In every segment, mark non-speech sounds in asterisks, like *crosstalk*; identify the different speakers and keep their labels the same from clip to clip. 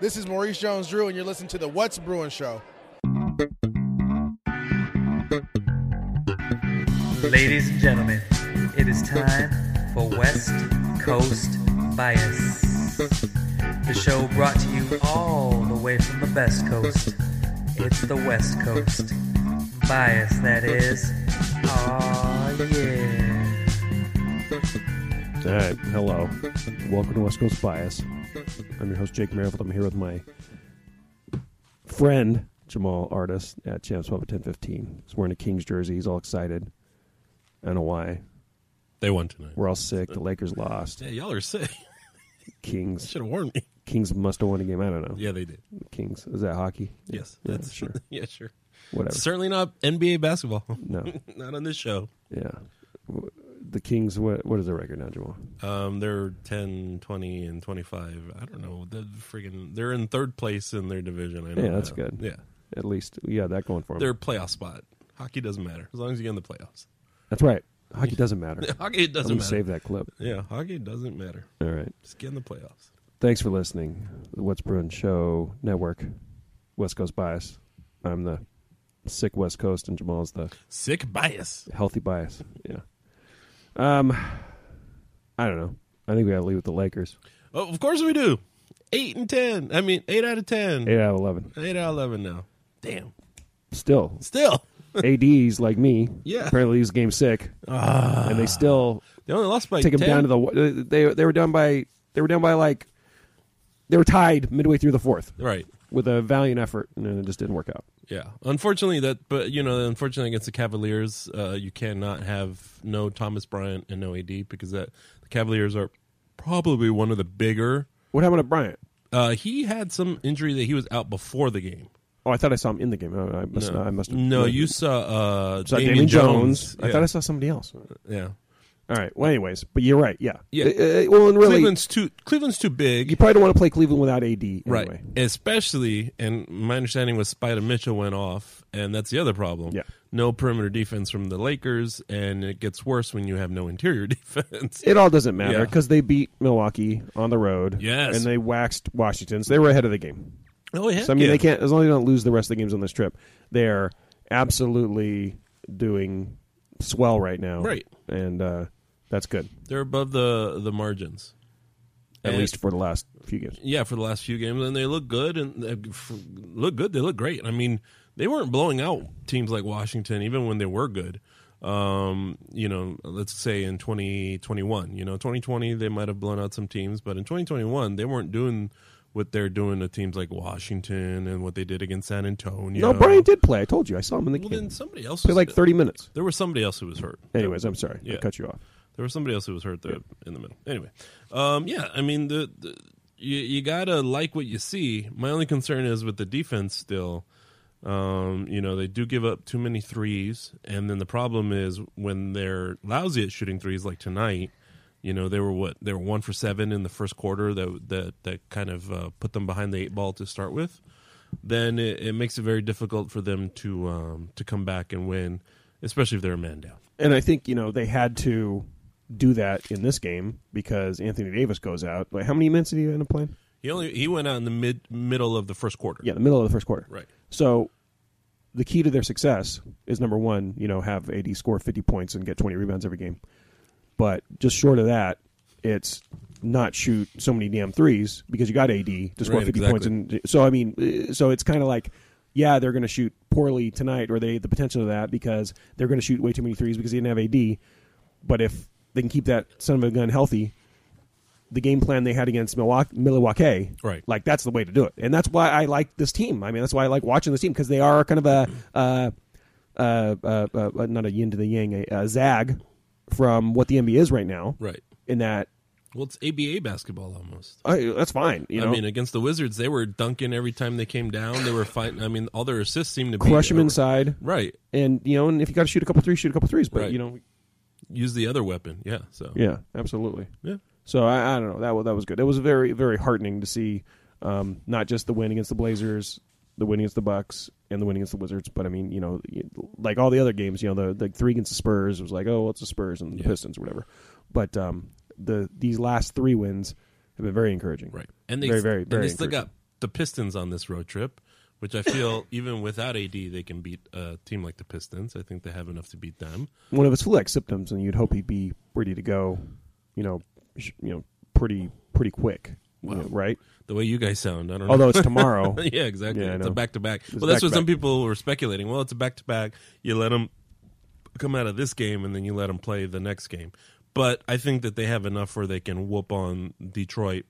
Speaker 1: This is Maurice Jones Drew, and you're listening to the What's Brewing Show.
Speaker 2: Ladies and gentlemen, it is time for West Coast Bias. The show brought to you all the way from the best coast. It's the West Coast Bias, that is. Oh, yeah.
Speaker 3: All right, hello. Welcome to West Coast Bias. I'm your host, Jake Merrifield. I'm here with my friend, Jamal Artist at Champs Pub at 1015. He's wearing a Kings jersey. He's all excited. I don't know why.
Speaker 4: They won tonight.
Speaker 3: We're all sick. The Lakers lost.
Speaker 4: Yeah, y'all are sick. *laughs*
Speaker 3: Kings.
Speaker 4: Should have warned me.
Speaker 3: Kings must have won a game. I don't know.
Speaker 4: Yeah, they did.
Speaker 3: Kings. Is that hockey?
Speaker 4: *laughs* Yes,
Speaker 3: Yeah,
Speaker 4: that's
Speaker 3: sure.
Speaker 4: *laughs* Yeah, sure.
Speaker 3: Whatever.
Speaker 4: Certainly not NBA basketball. *laughs*
Speaker 3: No.
Speaker 4: not on this show.
Speaker 3: Yeah. W- The Kings, what, what is their record now, Jamal?
Speaker 4: Um, they're 10, 20, and twenty-five. I don't know. The freaking they're in third place in their division. I know
Speaker 3: Yeah, that's good.
Speaker 4: that. Yeah,
Speaker 3: At least, yeah, that going for them.
Speaker 4: they're a playoff spot. Hockey doesn't matter as long as you get in the playoffs. *laughs*
Speaker 3: That's right. Hockey doesn't matter.
Speaker 4: Hockey *laughs* it
Speaker 3: I'm
Speaker 4: doesn't
Speaker 3: going to
Speaker 4: matter.
Speaker 3: save that clip.
Speaker 4: Yeah, hockey doesn't matter.
Speaker 3: All right.
Speaker 4: Just get in the playoffs.
Speaker 3: Thanks for listening. The What's Brewing Show Network, West Coast Bias. I'm the sick West Coast, and Jamal's the
Speaker 4: Sick bias.
Speaker 3: healthy bias. Yeah. Um, I don't know. I think we got to leave with the Lakers.
Speaker 4: Oh, of course we do. Eight and ten. I mean, eight out of ten.
Speaker 3: Eight out of eleven.
Speaker 4: Eight out of eleven now. Damn.
Speaker 3: Still,
Speaker 4: Still,
Speaker 3: ADs like me.
Speaker 4: Yeah.
Speaker 3: Apparently, he's game sick, and they still
Speaker 4: they only lost by
Speaker 3: take him
Speaker 4: 10.
Speaker 3: down to the. They they were down by they were down by like they were tied midway through the fourth
Speaker 4: right.
Speaker 3: with a valiant effort, and then it just didn't work out.
Speaker 4: Yeah, unfortunately that, but you know, unfortunately against the Cavaliers, uh, you cannot have no Thomas Bryant and no AD because that the Cavaliers are probably one of the bigger.
Speaker 3: What happened to Bryant?
Speaker 4: Uh, he had some injury that he was out before the game.
Speaker 3: Oh, I thought I saw him in the game. I, I must. I must. Have,
Speaker 4: No, you saw uh,
Speaker 3: saw
Speaker 4: Damian,
Speaker 3: Damian
Speaker 4: Jones.
Speaker 3: Jones.
Speaker 4: Yeah.
Speaker 3: I thought I saw somebody else.
Speaker 4: yeah.
Speaker 3: All right. Well, anyways, but you're right. Yeah.
Speaker 4: Yeah.
Speaker 3: Uh, uh, well, and really,
Speaker 4: Cleveland's too. Cleveland's too big.
Speaker 3: you probably don't want to play Cleveland without AD. Anyway.
Speaker 4: Right. Especially, and my understanding was Spider Mitchell went off, and that's the other problem.
Speaker 3: Yeah.
Speaker 4: No perimeter defense from the Lakers, and it gets worse when you have no interior *laughs* defense.
Speaker 3: It all doesn't matter
Speaker 4: Yeah.
Speaker 3: because they beat Milwaukee on the road.
Speaker 4: Yes.
Speaker 3: And they waxed Washington, so they were ahead of the game.
Speaker 4: oh, yeah.
Speaker 3: So I mean, they can't as long as they don't lose the rest of the games on this trip. They're absolutely doing swell right now.
Speaker 4: Right.
Speaker 3: And uh, that's good,
Speaker 4: They're above the the margins.
Speaker 3: at
Speaker 4: And-
Speaker 3: least for the last few games.
Speaker 4: yeah, for the last few games, and they look good and they f- look good. They look great. I mean, they weren't blowing out teams like Washington, even when they were good. Um, you know, let's say in twenty twenty one, you know, twenty twenty they might have blown out some teams, but in twenty twenty one they weren't doing what they're doing to teams like Washington and what they did against San Antonio.
Speaker 3: No, Bryant did play. I told you. I saw him in the
Speaker 4: Well,
Speaker 3: game.
Speaker 4: then somebody else
Speaker 3: Played
Speaker 4: was
Speaker 3: like thirty minutes.
Speaker 4: There was somebody else who was hurt.
Speaker 3: Anyways, I'm sorry. I
Speaker 4: Yeah.
Speaker 3: cut you off.
Speaker 4: There was somebody else who was hurt there in the middle. Anyway, um, yeah, I mean the, the you, you gotta like what you see. My only concern is with the defense still. Um, you know they do give up too many threes, and then the problem is when they're lousy at shooting threes, like tonight. You know they were what they were one for seven in the first quarter that that that kind of uh, put them behind the eight ball to start with then it, it makes it very difficult for them to um, to come back and win, especially if they're a man down.
Speaker 3: And I think you know they had to do that in this game because Anthony Davis goes out. Like, how many minutes did he end up playing?
Speaker 4: He only he went out in the mid middle of the first quarter.
Speaker 3: Yeah, the middle of the first quarter.
Speaker 4: Right.
Speaker 3: So the key to their success is number one, you know, have AD score fifty points and get twenty rebounds every game. But just short of that, it's not shoot so many damn threes because you got AD to score
Speaker 4: Right,
Speaker 3: fifty
Speaker 4: exactly.
Speaker 3: points. And so I mean, uh, so it's kind of like. Yeah, they're going to shoot poorly tonight, or they had the potential of that because they're going to shoot way too many threes because they didn't have AD. But if they can keep that son of a gun healthy, the game plan they had against Milwaukee, Milwaukee
Speaker 4: Right.
Speaker 3: Like that's the way to do it, and that's why I like this team. I mean, that's why I like watching this team because they are kind of a, uh, uh, uh, uh, not a yin to the yang, a, a zag from what the NBA is right now.
Speaker 4: Right.
Speaker 3: In that,
Speaker 4: Well, it's ABA basketball almost.
Speaker 3: I, that's fine. You know,
Speaker 4: I mean, against the Wizards, they were dunking every time they came down. They were fighting. I mean, all their assists seemed to be
Speaker 3: crush them
Speaker 4: over-
Speaker 3: inside,
Speaker 4: Right.
Speaker 3: and you know, and if you got to shoot a couple threes, shoot a couple threes. But
Speaker 4: Right.
Speaker 3: you know,
Speaker 4: Use the other weapon. Yeah. So
Speaker 3: yeah, absolutely.
Speaker 4: yeah.
Speaker 3: So I, I don't know. That wa- that was good. It was very very heartening to see, um, not just the win against the Blazers, the win against the Bucks, and the win against the Wizards. But I mean, you know, you- like all the other games, you know, the, the three against the Spurs was like, oh, well, it's the Spurs and the Pistons or whatever. But um, the these last three wins have been very encouraging.
Speaker 4: Right. And they
Speaker 3: very very
Speaker 4: and
Speaker 3: very
Speaker 4: they still
Speaker 3: encouraging.
Speaker 4: got the Pistons on this road trip, which I feel *laughs* even without AD they can beat a team like the Pistons. I think they have enough to beat them.
Speaker 3: One of his flu-like symptoms, and you'd hope he'd be ready to go, you know, sh- you know, pretty pretty quick, you know, right?
Speaker 4: The way you guys sound, I don't know.
Speaker 3: Although it's tomorrow,
Speaker 4: *laughs* yeah, exactly.
Speaker 3: Yeah, I
Speaker 4: it's a
Speaker 3: know.
Speaker 4: back to back.
Speaker 3: It's
Speaker 4: Well, that's what some
Speaker 3: back-to-back.
Speaker 4: people were speculating. Well, it's a back to back. You let them come out of this game, and then you let them play the next game. But I think that they have enough where they can whoop on Detroit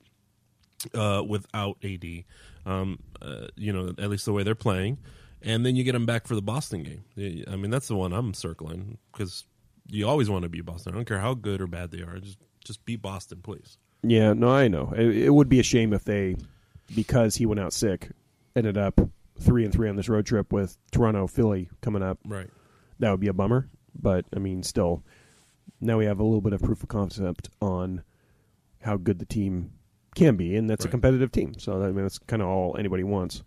Speaker 4: uh, without AD. Um, uh, you know, at least the way they're playing, and then you get them back for the Boston game. Y- I mean, that's the one I'm circling because you always want to beat Boston. I don't care how good or bad they are. Just just beat Boston, please.
Speaker 3: yeah. No, I know. It, it would be a shame if they, because he went out sick, ended up three and three on this road trip with Toronto, Philly coming up.
Speaker 4: Right.
Speaker 3: That would be a bummer. But I mean, still, now we have a little bit of proof of concept on how good the team can be, and that's a
Speaker 4: Right.
Speaker 3: competitive team. So I mean, that's kind of all anybody wants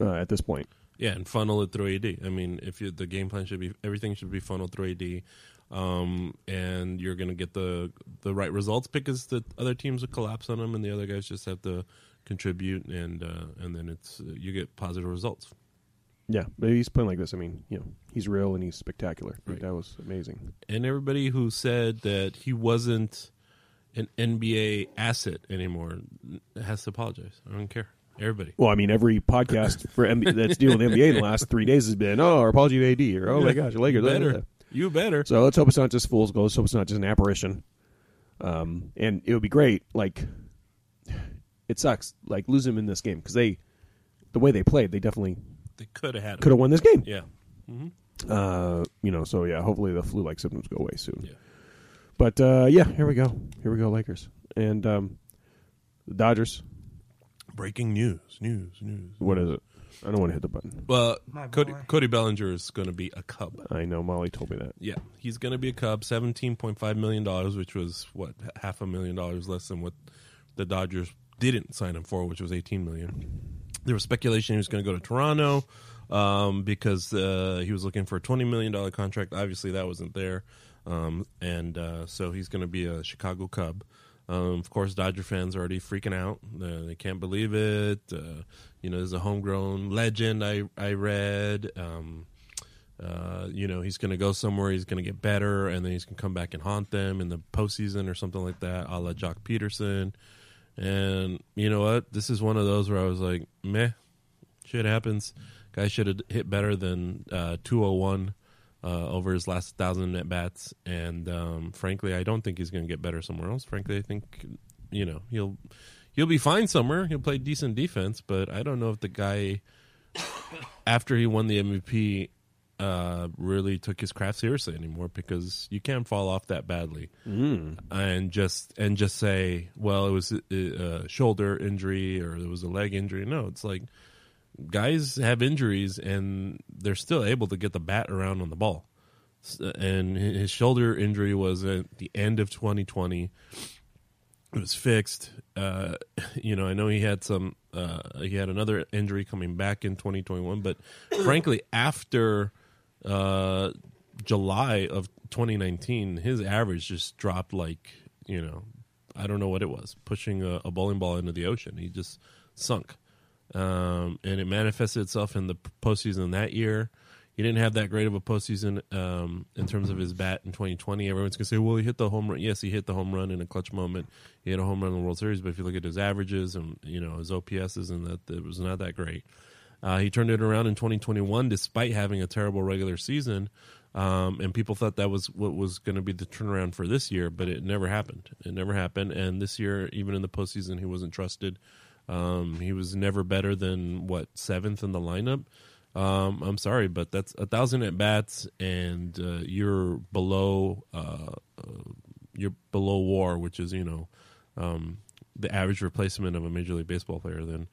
Speaker 3: uh, at this point.
Speaker 4: Yeah, and funnel it through AD. I mean, if you, the game plan should be everything should be funneled through AD, um, and you're going to get the the right results because the other teams will collapse on them, and the other guys just have to contribute, and uh, and then it's uh, you get positive results.
Speaker 3: Yeah, but he's playing like this. I mean, you know, he's real and he's spectacular.
Speaker 4: Right.
Speaker 3: That was amazing.
Speaker 4: And everybody who said that he wasn't an NBA asset anymore has to apologize. I don't care. Everybody.
Speaker 3: Well, I mean, every podcast for MB- that's dealing with NBA in the last three days has been, oh, our apology to AD, or oh my gosh, Lakers. blah, blah,
Speaker 4: better.
Speaker 3: blah.
Speaker 4: You better.
Speaker 3: So let's hope it's not just fool's gold. Let's hope it's not just an apparition. Um, and it would be great. Like, it sucks. Like losing them in this game because they, the way they played, they definitely
Speaker 4: they could have had. him.
Speaker 3: could have won this game.
Speaker 4: Yeah.
Speaker 3: Uh, you know. So yeah, hopefully the flu-like symptoms go away soon.
Speaker 4: Yeah.
Speaker 3: But uh, yeah, here we go. Here we go, Lakers and um, the Dodgers.
Speaker 4: Breaking news. News. News.
Speaker 3: What is it? I don't want to hit the button.
Speaker 4: Well,
Speaker 2: My
Speaker 4: Cody,
Speaker 2: boy.
Speaker 4: Cody Bellinger is going to be a Cub.
Speaker 3: I know Molly told me that.
Speaker 4: Yeah, he's going to be a Cub. Seventeen point five million dollars, which was what h- half a million dollars less than what the Dodgers didn't sign him for, which was eighteen million. There was speculation he was going to go to Toronto um, because uh, he was looking for a twenty million dollar contract. Obviously, that wasn't there, um, and uh, so he's going to be a Chicago Cub. Um, of course, Dodger fans are already freaking out. Uh, they can't believe it. Uh, you know, there's a homegrown legend I I read. Um, uh, you know, he's going to go somewhere, he's going to get better, and then he's going to come back and haunt them in the postseason or something like that, a la Jock Peterson. And you know what? This is one of those where I was like, meh, shit happens. Guy should have hit better than uh, 201 uh, over his last 1,000 at bats. And um, frankly, I don't think he's going to get better somewhere else. Frankly, I think, you know, he'll. He'll be fine somewhere. He'll play decent defense, but I don't know if the guy after he won the MVP, uh, really took his craft seriously anymore because you can't fall off that badly and just and just say, well, it was a, a shoulder injury or it was a leg injury. No, it's like guys have injuries and they're still able to get the bat around on the ball. S- And his shoulder injury was at the end of 2020 it was fixed. Uh, you know, I know he had some. Uh, he had another injury coming back in 2021, but frankly, after uh, July of 2019, his average just dropped like you know, I don't know what it was, pushing a, a bowling ball into the ocean. He just sunk, um, and it manifested itself in the postseason that year. He didn't have that great of a postseason um, in terms of his bat in 2020. Everyone's gonna say, "Well, he hit the home run." Yes, he hit the home run in a clutch moment. He hit a home run in the World Series. But if you look at his averages and you know his OPSs, and that it was not that great. Uh, he turned it around in 2021, despite having a terrible regular season, um, and people thought that was what was going to be the turnaround for this year. But it never happened. It never happened. And this year, even in the postseason, he wasn't trusted. Um, he was never better than what seventh in the lineup. Um, I'm sorry, but that's a thousand at bats, and uh, you're below uh, uh, you're below WAR, which is you know um, the average replacement of a major league baseball player. Then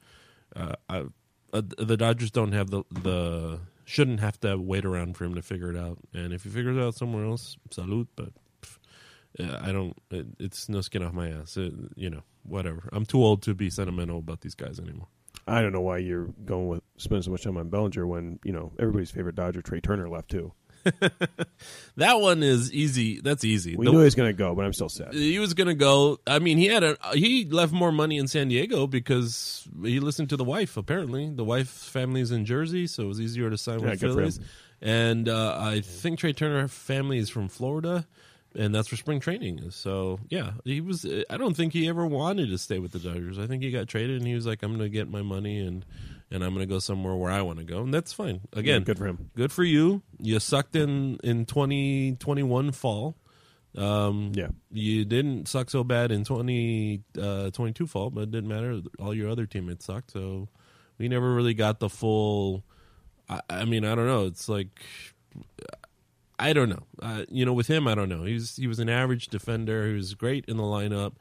Speaker 4: uh, I, uh, the Dodgers don't have the the shouldn't have to wait around for him to figure it out. And if he figures it out somewhere else, salute. But pff, uh, I don't. It, it's no skin off my ass. It, you know, whatever. I'm too old to be sentimental about these guys anymore.
Speaker 3: I don't know why you're going with spending so much time on Bellinger when you know everybody's favorite Dodger Trey Turner left too.
Speaker 4: that one is easy. That's easy.
Speaker 3: We
Speaker 4: The-
Speaker 3: knew he was going to go, but I'm still sad.
Speaker 4: he was gonna go. I mean, he had a he left more money in San Diego because he listened to the wife. Apparently, the wife's family's in Jersey, so it was easier to sign
Speaker 3: Yeah,
Speaker 4: with
Speaker 3: good
Speaker 4: the
Speaker 3: for him.
Speaker 4: Phillies. And uh, I think Trey Turner family is from Florida, and that's where spring training is. So yeah, he was. I don't think he ever wanted to stay with the Dodgers. I think he got traded, and he was like, "I'm gonna get my money and." And I'm gonna go somewhere where I want to go, and that's fine. Again,
Speaker 3: Yeah, good for him.
Speaker 4: Good for you. You sucked in in 2021 fall. Um,
Speaker 3: Yeah.
Speaker 4: you didn't suck so bad in 20, uh, 22 fall, but it didn't matter. All your other teammates sucked, so we never really got the full. I, I mean, I don't know. It's like I don't know. Uh, you know, with him, I don't know. He's he was an average defender. He was great in the lineup.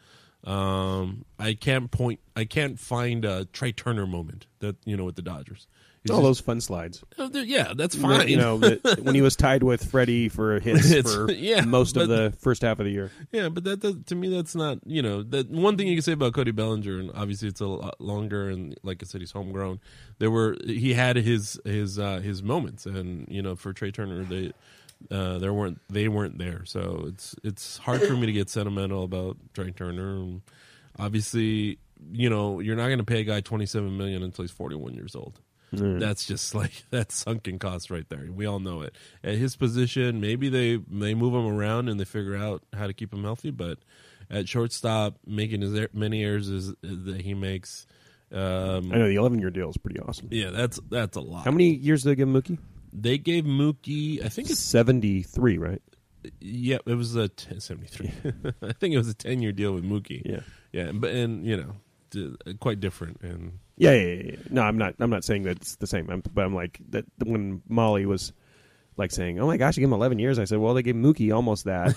Speaker 4: Um, I can't point. I can't find a Trey Turner moment that you know with the Dodgers. He's
Speaker 3: All Oh, those fun slides.
Speaker 4: just- oh, yeah, that's *laughs* fine.
Speaker 3: You know, that when he was tied with Freddie for hits
Speaker 4: It's-
Speaker 3: for
Speaker 4: *laughs* yeah,
Speaker 3: most of
Speaker 4: but-
Speaker 3: the first half of the year.
Speaker 4: Yeah, but that, that to me that's not you know that one thing you can say about Cody Bellinger and obviously it's a lot longer and like I said he's homegrown. There were he had his his uh, his moments and you know for Trey Turner they uh, there weren't they weren't there so it's it's hard for me to get sentimental about Trey Turner. And obviously, you know you're not going to pay a guy twenty seven million until he's forty one years old. That's just like *laughs* that's sunken cost right there. We all know it. At his position, maybe they they move him around and they figure out how to keep him healthy. But at shortstop, making as er- many errors as that he makes, um,
Speaker 3: I know the 11 year deal is pretty awesome.
Speaker 4: yeah, that's that's a lot.
Speaker 3: How many years did they give Mookie?
Speaker 4: They gave Mookie, I think it's
Speaker 3: 73, right?
Speaker 4: yeah, it was a t- seventy three. *laughs* I think it was a ten year deal with Mookie.
Speaker 3: Yeah.
Speaker 4: yeah, but and you know, d- quite different and.
Speaker 3: Yeah, yeah, yeah, yeah. No, I'm not. I'm not saying that it's the same. I'm, but I'm like that when Molly was like saying, "Oh my gosh, you gave him 11 years." I said, "Well, they gave Mookie almost
Speaker 4: *laughs*
Speaker 3: that,"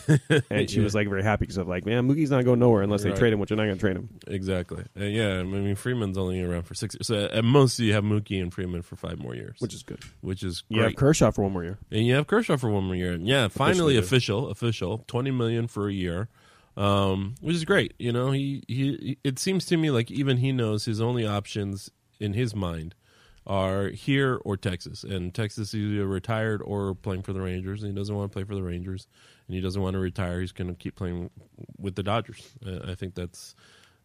Speaker 3: and she
Speaker 4: Yeah.
Speaker 3: was like very happy because I'm like, "Man, Mookie's not going nowhere unless they
Speaker 4: Right.
Speaker 3: trade him, which they're not going to trade him."
Speaker 4: Exactly. Uh, yeah, I mean Freeman's only around for six. So at most you have Mookie and Freeman for five more years,
Speaker 3: Which is good.
Speaker 4: which is
Speaker 3: You have
Speaker 4: great.
Speaker 3: Kershaw for one more year.
Speaker 4: and you have Kershaw for one more year. And yeah, finally
Speaker 3: Officially.
Speaker 4: official, official, twenty million for a year, um, which is great. You know, he, he it seems to me like even he knows his only options in his mind are here or Texas, and Texas is either retired or playing for the Rangers, and he doesn't want to play for the Rangers, and he doesn't want to retire. He's going to keep playing with the Dodgers. Uh, I think that's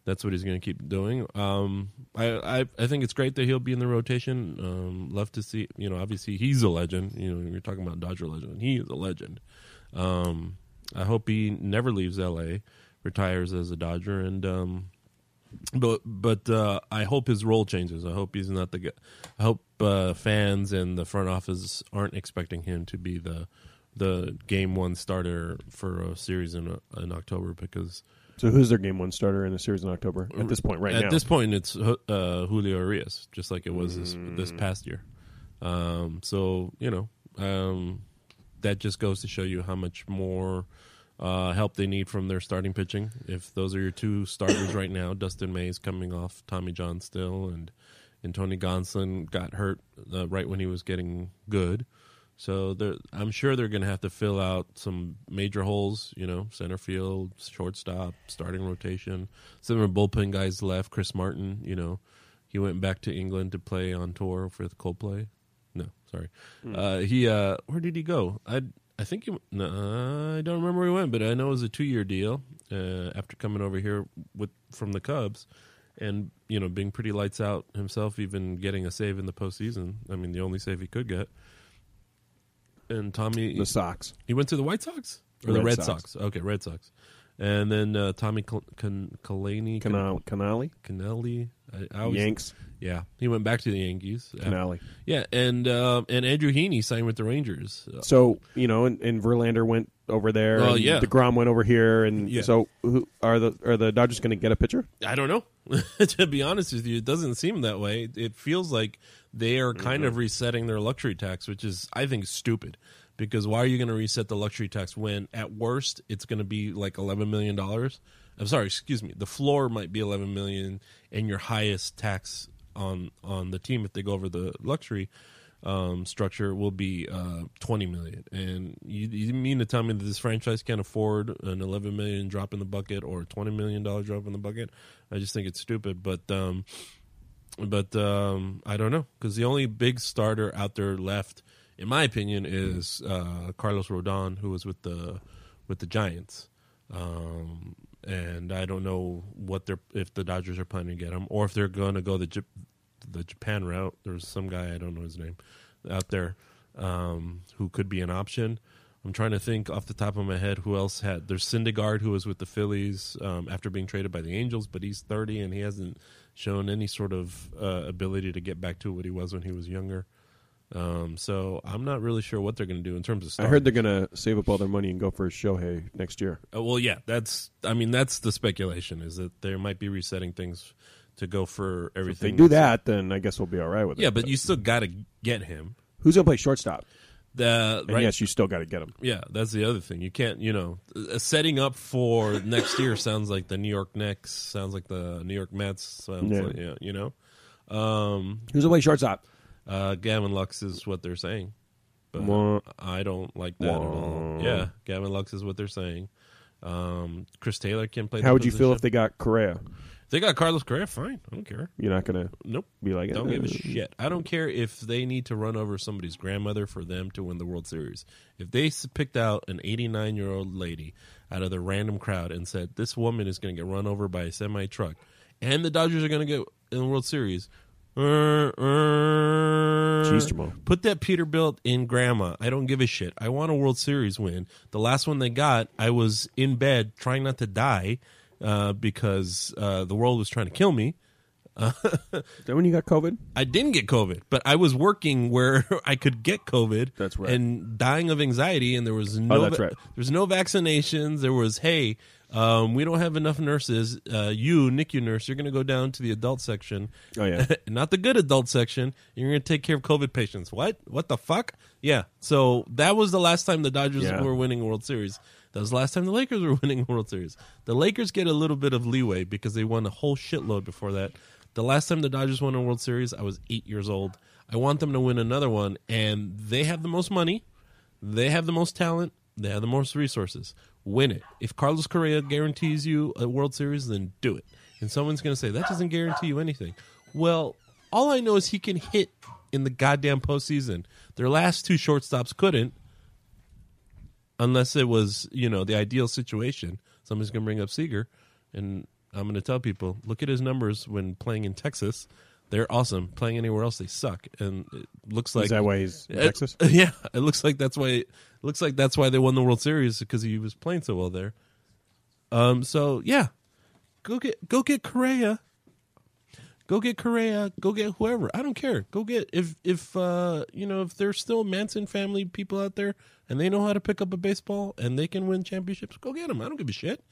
Speaker 4: that's what he's going to keep doing. Um, I, I I think it's great that he'll be in the rotation. Um, love to see. You know, obviously he's a legend. You know, you're talking about Dodger legend. He is a legend. Um, I hope he never leaves L.A. Retires as a Dodger, and um, but but uh, I hope his role changes. I hope he's not the. Guy. I hope uh, fans and the front office aren't expecting him to be the the game one starter for a series in uh, in October because
Speaker 3: So who's their game one starter in the series in October at this point right
Speaker 4: at
Speaker 3: now?
Speaker 4: this point, it's uh, Julio Arias, just like it was this, this
Speaker 3: Mm.
Speaker 4: past year. Um, so you know, um, that just goes to show you how much more uh, help they need from their starting pitching. If those are your two starters right now, Dustin Mays coming off Tommy John still, and and Tony Gonsolin got hurt uh, right when he was getting good. So they're, I'm sure they're going to have to fill out some major holes, you know, center field, shortstop, starting rotation. Some of the bullpen guys left. Chris Martin, you know, he went back to England to play on tour for the Coldplay. No, sorry.
Speaker 3: Hmm.
Speaker 4: Uh, he uh, where did he go? I I think he no, I don't remember where he went, but I know it was a two year deal uh, after coming over here with from the Cubs. And you know, being pretty lights out himself, even getting a save in the postseason. I mean, the only save he could get. And Tommy,
Speaker 3: the Sox.
Speaker 4: he went to the White Sox or the
Speaker 3: Red
Speaker 4: Red Sox.
Speaker 3: Sox.
Speaker 4: Okay, Red Sox. And then uh, Tommy Cal- Can- Kalani
Speaker 3: Canali, Canali,
Speaker 4: Canelli. I, I always,
Speaker 3: Yanks,
Speaker 4: Yeah, he went back to the Yankees. Uh,
Speaker 3: Canali.
Speaker 4: yeah, and uh, and Andrew Heaney signed with the Rangers. Uh,
Speaker 3: So you know, and, and Verlander went over there.
Speaker 4: Well,
Speaker 3: and
Speaker 4: yeah.
Speaker 3: Degrom went over here, and
Speaker 4: Yeah.
Speaker 3: so who, are the are the Dodgers going to get a pitcher?
Speaker 4: I don't know. *laughs* to be honest with you, it doesn't seem that way. It feels like they are kind of resetting their luxury tax, which is I think stupid. Because why are you going to reset the luxury tax when at worst it's going to be like 11 million dollars? I'm sorry, excuse me. The floor might be 11 million and your highest tax on on the team if they go over the luxury um, structure will be uh, 20 million. And you, you mean to tell me that this franchise can't afford an 11 million drop in the bucket or a 20 million dollar drop in the bucket? I just think it's stupid. But um, but um, I don't know because the only big starter out there left in my opinion, is uh, Carlos Rodon, who was with the with the Giants. Um, and I don't know what they're if the Dodgers are planning to get him or if they're going to go the J- the Japan route. There's some guy I don't know his name out there um, who could be an option. I'm trying to think off the top of my head who else had. There's Syndergaard who was with the Phillies um, after being traded by the Angels, but he's 30 and he hasn't shown any sort of uh, ability to get back to what he was when he was younger. Um, so I'm not really sure what they're going to do in terms of.
Speaker 3: I
Speaker 4: Starting.
Speaker 3: heard they're gonna save up all their money and go for Shohei next year.
Speaker 4: Uh, well, yeah, that's. I mean, that's the speculation is that there might be resetting things to go for
Speaker 3: If they
Speaker 4: everything.
Speaker 3: do that, then I guess we'll be all right with it.
Speaker 4: yeah, but you still got to get him.
Speaker 3: who's gonna play shortstop?
Speaker 4: The
Speaker 3: And
Speaker 4: right,
Speaker 3: yes, you still got to get him.
Speaker 4: yeah, that's the other thing. You can't, you know, uh, setting up for next year sounds like the New York Knicks, sounds like the New York Mets, sounds
Speaker 3: Yeah.
Speaker 4: like yeah, you know. Um,
Speaker 3: Who's gonna play shortstop?
Speaker 4: uh, Gavin Lux is what they're saying, but
Speaker 3: Wah.
Speaker 4: I don't like that at all. Yeah, Gavin Lux is what they're saying. Um, Chris Taylor can play. the
Speaker 3: How would you feel if
Speaker 4: position.
Speaker 3: they got Correa?
Speaker 4: they got Carlos Correa? Fine, I don't care.
Speaker 3: You're not gonna
Speaker 4: Nope.
Speaker 3: be like,
Speaker 4: Don't give
Speaker 3: "Uh,
Speaker 4: a shit. I don't care if they need to run over somebody's grandmother for them to win the World Series. If they s- picked out an 89 year old lady out of the random crowd and said, this woman is going to get run over by a semi truck and the Dodgers are going to get in the World Series. er, er,
Speaker 3: Jeez, Jamal.
Speaker 4: Put that Peterbilt in grandma. I don't give a shit. I want a World Series win. The last one they got, I was in bed trying not to die uh, because uh, the world was trying to kill me.
Speaker 3: Is that when you got COVID?
Speaker 4: I didn't get COVID, but I was working where *laughs* I could get COVID.
Speaker 3: That's right. Oh,
Speaker 4: And dying of anxiety, and there was no
Speaker 3: that's right.
Speaker 4: there's no vaccinations. There was hey, um, we don't have enough nurses. Uh, you NICU nurse, you're going to go down to the adult section.
Speaker 3: Oh, yeah.
Speaker 4: *laughs* not the good adult section. You're going to take care of COVID patients. What? What the fuck? Yeah. So that was the last time the Dodgers
Speaker 3: Yeah.
Speaker 4: were winning a World Series. That was the last time the Lakers were *laughs* winning a World Series. The Lakers get a little bit of leeway because they won a whole shitload before that. The last time the Dodgers won a World Series, I was eight years old. I want them to win another one, and they have the most money. They have the most talent. They have the most resources. Win it. If Carlos Correa guarantees you a World Series, then do it. And someone's going to say, that doesn't guarantee you anything. Well, all I know is he can hit in the goddamn postseason. Their last two shortstops couldn't unless it was, you know, the ideal situation. Somebody's going to bring up Seager, and I'm going to tell people, look at his numbers when playing in Texas. They're awesome. Playing anywhere else, they suck. And it looks like
Speaker 3: Is that why he's in
Speaker 4: it-
Speaker 3: Texas?
Speaker 4: *laughs* Yeah, it looks like that's why. It looks like that's why they won the World Series because he was playing so well there. Um. So yeah, go get go get Correa. Go get Correa. Go get whoever. I don't care. Go get if if uh you know if there's still Manson family people out there and they know how to pick up a baseball and they can win championships. Go get them. I don't give a shit.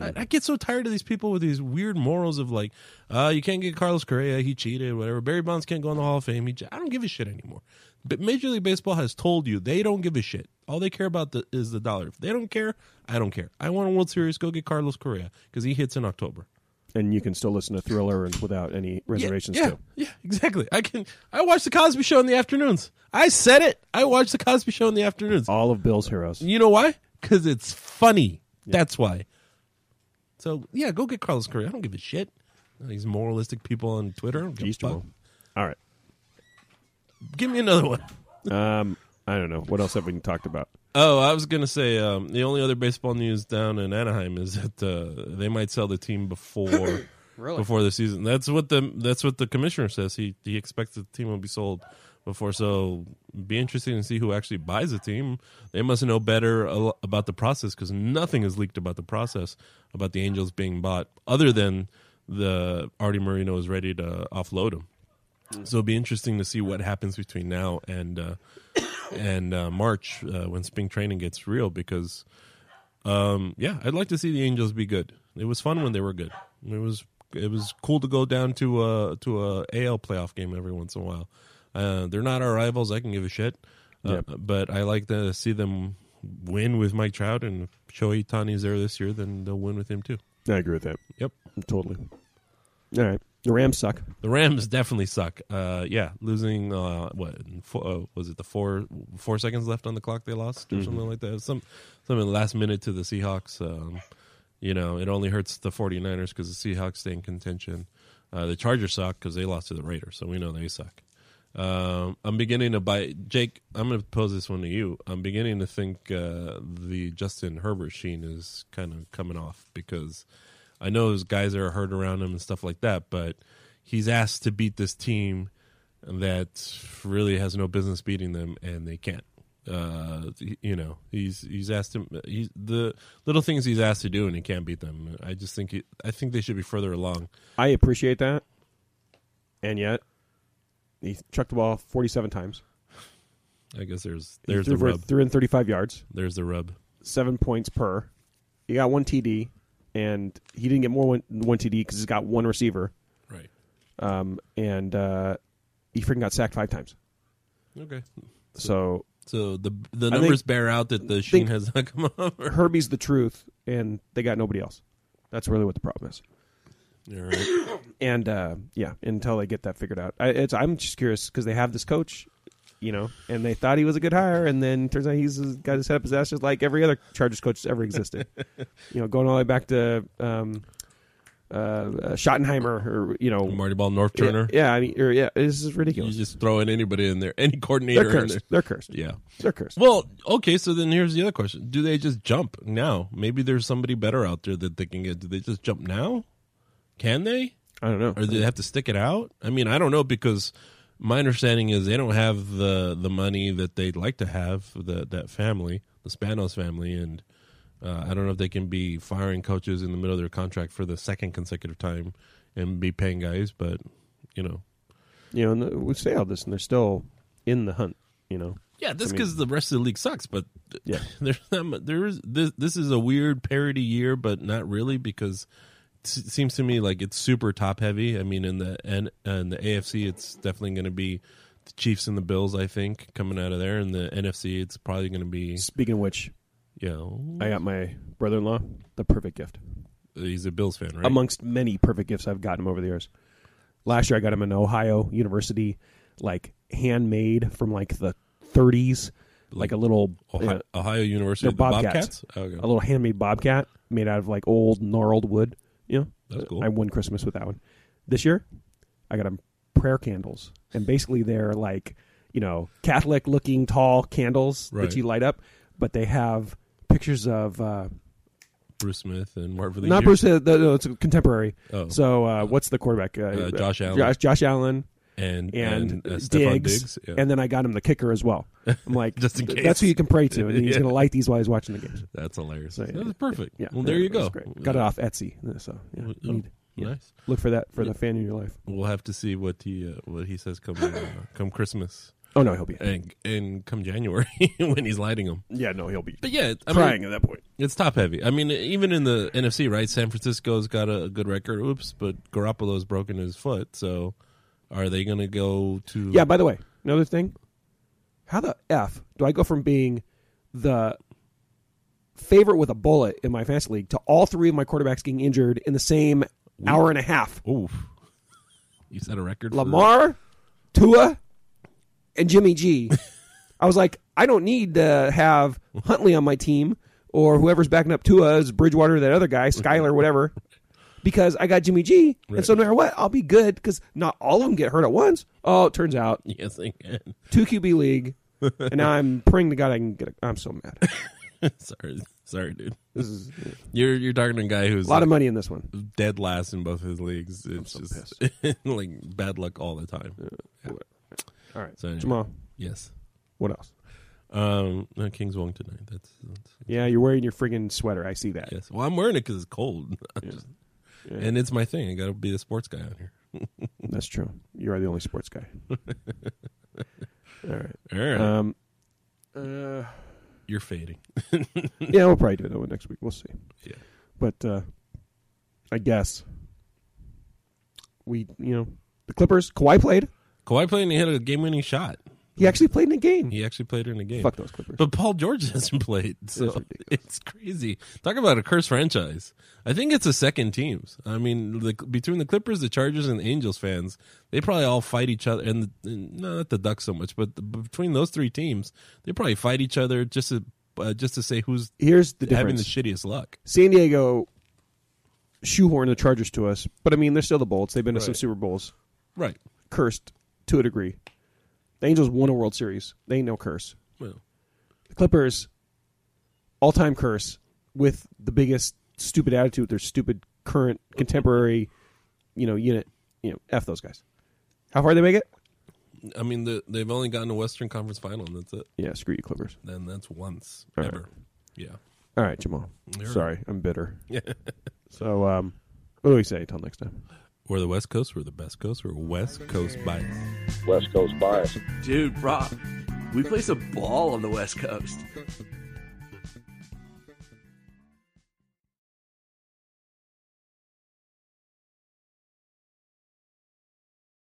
Speaker 4: I, I get so tired of these people with these weird morals of like, uh, you can't get Carlos Correa. He cheated. Whatever. Barry Bonds can't go in the Hall of Fame. He. che- I don't give a shit anymore. But Major League Baseball has told you they don't give a shit. All they care about the, is the dollar. If they don't care, I don't care. I want a World Series. Go get Carlos Correa because he hits in October.
Speaker 3: And you can still listen to Thriller and without any reservations.
Speaker 4: Yeah,
Speaker 3: too.
Speaker 4: yeah, exactly. I can. I watch the Cosby Show in the afternoons. I said it. I watch the Cosby Show in the afternoons.
Speaker 3: All of Bill's heroes.
Speaker 4: You know why? Because it's funny. That's why. So yeah, go get Carlos Correa. I don't give a shit. These moralistic people on Twitter. I don't give a
Speaker 3: Jeez,
Speaker 4: fuck.
Speaker 3: Jamal. All right.
Speaker 4: Give me another one.
Speaker 3: Um, I don't know what else have we talked about.
Speaker 4: Oh, I was gonna say um, the only other baseball news down in Anaheim is that uh, they might sell the team before before the season. That's what the that's what the commissioner says. He he expects the team will be sold before. So be interesting to see who actually buys the team. They must know better a lo- about the process because nothing is leaked about the process about the Angels being bought, other than the Artie Marino is ready to offload him. So it'll be interesting to see what happens between now and uh, *coughs* and uh, March uh, when spring training gets real. Because, um, yeah, I'd like to see the Angels be good. It was fun when they were good. It was it was cool to go down to a to a AL playoff game every once in a while. Uh, they're not our rivals. I can give a shit. Uh, But I like to see them win with Mike Trout and if Shohei Tani's there this year. Then they'll win with him too.
Speaker 3: I agree with that.
Speaker 4: Yep.
Speaker 3: Totally. All right. The Rams suck.
Speaker 4: The Rams definitely suck. Uh, yeah, losing uh, what four, uh, was it? The four four seconds left on the clock they lost or something like that. Some something last minute to the Seahawks. Um, you know, it only hurts the 49ers because the Seahawks stay in contention. Uh, the Chargers suck because they lost to the Raiders, so we know they suck. Um, I'm beginning to buy Jake. I'm going to pose this one to you. I'm beginning to think uh, the Justin Herbert sheen is kind of coming off because I know those guys are hurt around him and stuff like that, but he's asked to beat this team that really has no business beating them, and they can't. Uh, you know, he's he's asked him he's the little things he's asked to do, and he can't beat them. I just think he, I think they should be further along.
Speaker 3: I appreciate that, and yet he chucked the ball 47 times.
Speaker 4: I guess there's
Speaker 3: He
Speaker 4: there's
Speaker 3: threw
Speaker 4: the
Speaker 3: for-
Speaker 4: rub.
Speaker 3: threw in 35 yards,
Speaker 4: There's the rub.
Speaker 3: seven points per. He got one TD, and he didn't get more one, one TD because he's got one receiver,
Speaker 4: Right.
Speaker 3: um, and uh, he freaking got sacked five times.
Speaker 4: Okay.
Speaker 3: So
Speaker 4: So the the
Speaker 3: think-
Speaker 4: numbers bear out that the sheen
Speaker 3: think-
Speaker 4: has not *laughs* come
Speaker 3: *laughs*
Speaker 4: over.
Speaker 3: Herbie's the truth, and they got nobody else. That's really what the problem is.
Speaker 4: All right.
Speaker 3: and uh, yeah, until they get that figured out, I, it's, I'm just curious because they have this coach, you know, and they thought he was a good hire, and then turns out he's got his head up his ass just like every other Chargers coach that's ever
Speaker 4: *laughs*
Speaker 3: existed. you know, going all the way back to um, uh, uh, Schottenheimer, or you know,
Speaker 4: Marty Ball, North Turner.
Speaker 3: Yeah, yeah, I mean, or, yeah, this is
Speaker 4: You
Speaker 3: ridiculous.
Speaker 4: just throw in anybody in there, any
Speaker 3: They're
Speaker 4: coordinator in
Speaker 3: cursed.
Speaker 4: there.
Speaker 3: They're cursed.
Speaker 4: Yeah.
Speaker 3: They're cursed.
Speaker 4: Well, okay. So then here's the other question: Do they just jump now? Maybe there's somebody better out there that they can get. Do they just jump now? Can they?
Speaker 3: I don't know.
Speaker 4: or do they have to stick it out? I mean, I don't know because my understanding is they don't have the the money that they'd like to have the that family, the Spanos family, and uh, I don't know if they can be firing coaches in the middle of their contract for the second consecutive time and be paying guys, but you know,
Speaker 3: you know, and we say all this, and they're still in the hunt. You know,
Speaker 4: yeah, this
Speaker 3: I mean-
Speaker 4: because the rest of the league sucks, but
Speaker 3: Yeah.
Speaker 4: *laughs* there's not mu- there is this this is a weird parody year, but not really because it s- seems to me like it's super top heavy. I mean, in the and in the AFC, it's definitely going to be the Chiefs and the Bills. I think coming out of there, and the NFC, it's probably going to be
Speaker 3: speaking of which,
Speaker 4: you know
Speaker 3: I got my brother-in-law the perfect gift.
Speaker 4: he's a Bills fan, right?
Speaker 3: amongst many perfect gifts I've gotten him over the years. Last year I got him an Ohio University like handmade from like the 30s, like a little
Speaker 4: Ohio,
Speaker 3: uh,
Speaker 4: Ohio University,
Speaker 3: they're
Speaker 4: the
Speaker 3: Bobcats.
Speaker 4: Bobcats. Oh, Okay.
Speaker 3: a little handmade bobcat made out of like old gnarled wood. You know,
Speaker 4: That's cool.
Speaker 3: I won Christmas with that one. This year, I got him prayer candles, and basically they're like you know Catholic looking tall candles
Speaker 4: Right.
Speaker 3: that you light up, but they have pictures of. Uh,
Speaker 4: Bruce Smith and Marvin.
Speaker 3: not Bruce. Uh, the, no, it's contemporary.
Speaker 4: Oh.
Speaker 3: So uh, what's the quarterback?
Speaker 4: Uh, Josh Allen.
Speaker 3: Josh, Josh Allen and,
Speaker 4: and and uh,
Speaker 3: Diggs,
Speaker 4: Stephon Diggs. Yeah.
Speaker 3: and then I got him the kicker as
Speaker 4: *laughs*
Speaker 3: well. I'm like,
Speaker 4: Just in
Speaker 3: th-
Speaker 4: case.
Speaker 3: That's who you can pray to, and he's
Speaker 4: *laughs* Yeah.
Speaker 3: going to light these while he's watching the game.
Speaker 4: That's hilarious.
Speaker 3: So, yeah.
Speaker 4: That's perfect.
Speaker 3: Yeah.
Speaker 4: Well, there
Speaker 3: yeah,
Speaker 4: you go.
Speaker 3: that's great. Got it off Etsy. uh, So yeah,
Speaker 4: Oh,
Speaker 3: need- yeah.
Speaker 4: Nice.
Speaker 3: look for that for
Speaker 4: Yeah.
Speaker 3: the fan in your life.
Speaker 4: We'll have to see what he uh, what he says come uh, come Christmas
Speaker 3: Oh no, he'll be.
Speaker 4: and and come January *laughs* when he's lighting them.
Speaker 3: Yeah, no, he'll be
Speaker 4: But yeah, I mean,
Speaker 3: crying at that point.
Speaker 4: it's top heavy. I mean, even in the NFC, right? San Francisco's got a good record. Oops, but Garoppolo's broken his foot. So, are they going to go to?
Speaker 3: Yeah. By the way, another thing. How the f do I go from being the favorite with a bullet in my fantasy league to all three of my quarterbacks getting injured in the same hour and a half?
Speaker 4: Oof. *laughs* You set a record. for-
Speaker 3: Lamar, Tua, and Jimmy G. I was like, I don't need to have Huntley on my team or whoever's backing up Tua is Bridgewater, that other guy, Skyler, whatever, because I got Jimmy G. And so no matter what, I'll be good because not all of them get hurt at once. Oh, it turns out
Speaker 4: *laughs* yes, I can. *laughs*
Speaker 3: two QB league, and now I'm praying to God I can get. A, I'm so mad.
Speaker 4: sorry, sorry, dude.
Speaker 3: This
Speaker 4: *laughs*
Speaker 3: is
Speaker 4: You're you're talking to a guy who's
Speaker 3: a lot
Speaker 4: like,
Speaker 3: of money in this one.
Speaker 4: dead last in both his leagues. It's just *laughs* like bad luck all the time.
Speaker 3: All right,
Speaker 4: So anyway.
Speaker 3: Jamal,
Speaker 4: Yes.
Speaker 3: what else?
Speaker 4: Um, no, Kings won tonight. That's, that's
Speaker 3: Yeah, you're wearing your friggin' sweater. I see that.
Speaker 4: yes. Well, I'm wearing it because it's cold, *laughs* I'm just-
Speaker 3: Yeah.
Speaker 4: and it's my thing. I got to be the sports guy out here.
Speaker 3: That's true. You are the only sports guy. all right.
Speaker 4: All right,
Speaker 3: Um,
Speaker 4: you're fading. *laughs*
Speaker 3: yeah, we'll probably do that one next week. We'll see.
Speaker 4: Yeah.
Speaker 3: But uh, I guess we, you know, the Clippers. Kawhi played.
Speaker 4: Kawhi played and he hit a game-winning shot.
Speaker 3: He actually played in a game.
Speaker 4: He actually played in a game.
Speaker 3: Fuck those Clippers.
Speaker 4: But Paul George *laughs* hasn't played, so
Speaker 3: ridiculous.
Speaker 4: it's crazy. Talk about a cursed franchise. I think it's the second teams. I mean, the, between the Clippers, the Chargers, and the Angels fans, they probably all fight each other. And, and not the Ducks so much, but the, between those three teams, they probably fight each other just to uh, just to say who's
Speaker 3: Here's the
Speaker 4: having
Speaker 3: difference.
Speaker 4: the shittiest luck.
Speaker 3: San Diego shoehorned the Chargers to us, but I mean they're still the Bolts. They've been to some
Speaker 4: Right.
Speaker 3: Super Bowls,
Speaker 4: Right.
Speaker 3: cursed to a degree. The Angels won a World Series. They ain't no curse.
Speaker 4: Well,
Speaker 3: The Clippers, all time curse with the biggest stupid attitude, their stupid current contemporary, you know, unit. You know, f those guys. How far they make it?
Speaker 4: I mean, the, they've only gotten a Western Conference final, and that's it.
Speaker 3: Yeah, screw you, Clippers.
Speaker 4: Then that's once
Speaker 3: All right.
Speaker 4: ever. Yeah.
Speaker 3: All right, Jamal.
Speaker 4: There. *laughs*
Speaker 3: Sorry, I'm bitter. so, um, what do we say until next time?
Speaker 4: We're the West Coast. We're the best coast. We're West Coast bias.
Speaker 5: West Coast bias.
Speaker 6: Dude, Brock, we play some ball on the West Coast.